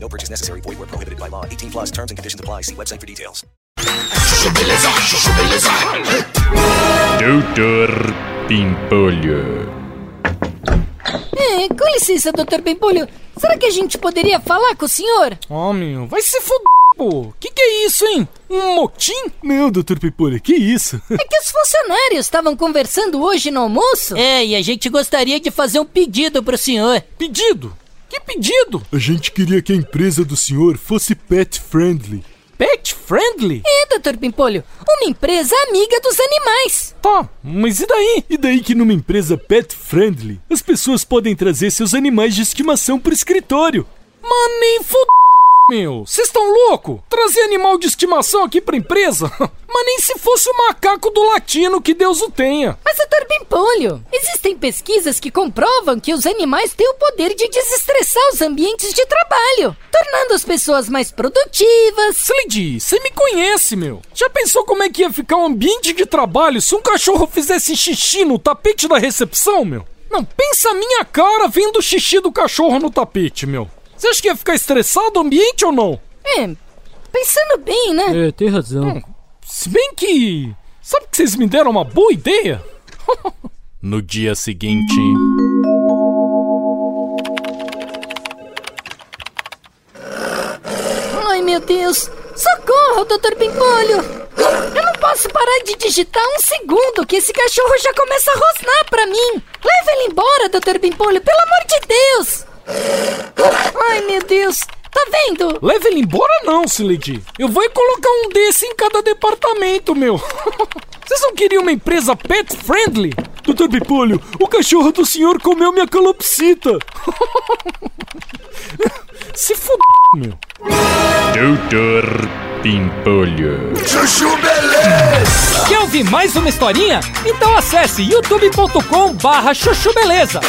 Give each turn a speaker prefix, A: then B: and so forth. A: No purchase necessary. Void where prohibited by law. 18 plus terms and conditions apply. See website for details.
B: Doutor Pimpolho.
C: É, com licença, Dr. Bempolho. Será que a gente poderia falar com o senhor?
D: Ó, meu, vai se fuder, pô. Que que é isso, hein? Um motim?
E: Não, doutor Pipolho, que isso?
C: É que os funcionários estavam conversando hoje no almoço. É, e a gente gostaria de fazer um pedido pro senhor.
D: Pedido? Que pedido?
E: A gente queria que a empresa do senhor fosse pet friendly.
D: Pet friendly?
C: É, Dr. Pimpolho, uma empresa amiga dos animais.
D: Tá, mas e daí?
E: E daí que numa empresa pet friendly, as pessoas podem trazer seus animais de estimação pro escritório.
D: Mas nem fud... Meu, vocês estão louco? Trazer animal de estimação aqui pra empresa? Mas nem se fosse o macaco do latino que Deus o tenha.
C: Mas, Dr. Pimpolho, existem pesquisas que comprovam que os animais têm o poder de desestressar os ambientes de trabalho, tornando as pessoas mais produtivas.
D: Slady, você me conhece, meu. Já pensou como é que ia ficar o ambiente de trabalho se um cachorro fizesse xixi no tapete da recepção, meu? Não, pensa a minha cara vendo o xixi do cachorro no tapete, meu. Você acha que ia ficar estressado o ambiente ou não?
C: É, pensando bem, né?
F: É, tem razão.
D: Se bem que. Sabe que vocês me deram uma boa ideia?
B: No dia seguinte.
C: Ai, meu Deus! Socorro, Dr. Pimpolho! Eu não posso parar de digitar um segundo que esse cachorro já começa a rosnar pra mim! Leva ele embora, Dr. Pimpolho, pelo amor de Deus! Ai, meu Deus! Tá vendo?
D: Leve ele embora não, Slady. Eu vou é colocar um desse em cada departamento, meu. Vocês não queriam uma empresa pet friendly?
E: Doutor Pipolho, o cachorro do senhor comeu minha calopsita.
D: Se fuder, meu.
B: Doutor Pimpolho.
D: Quer ouvir mais uma historinha? Então acesse youtube.com barra chuchu beleza.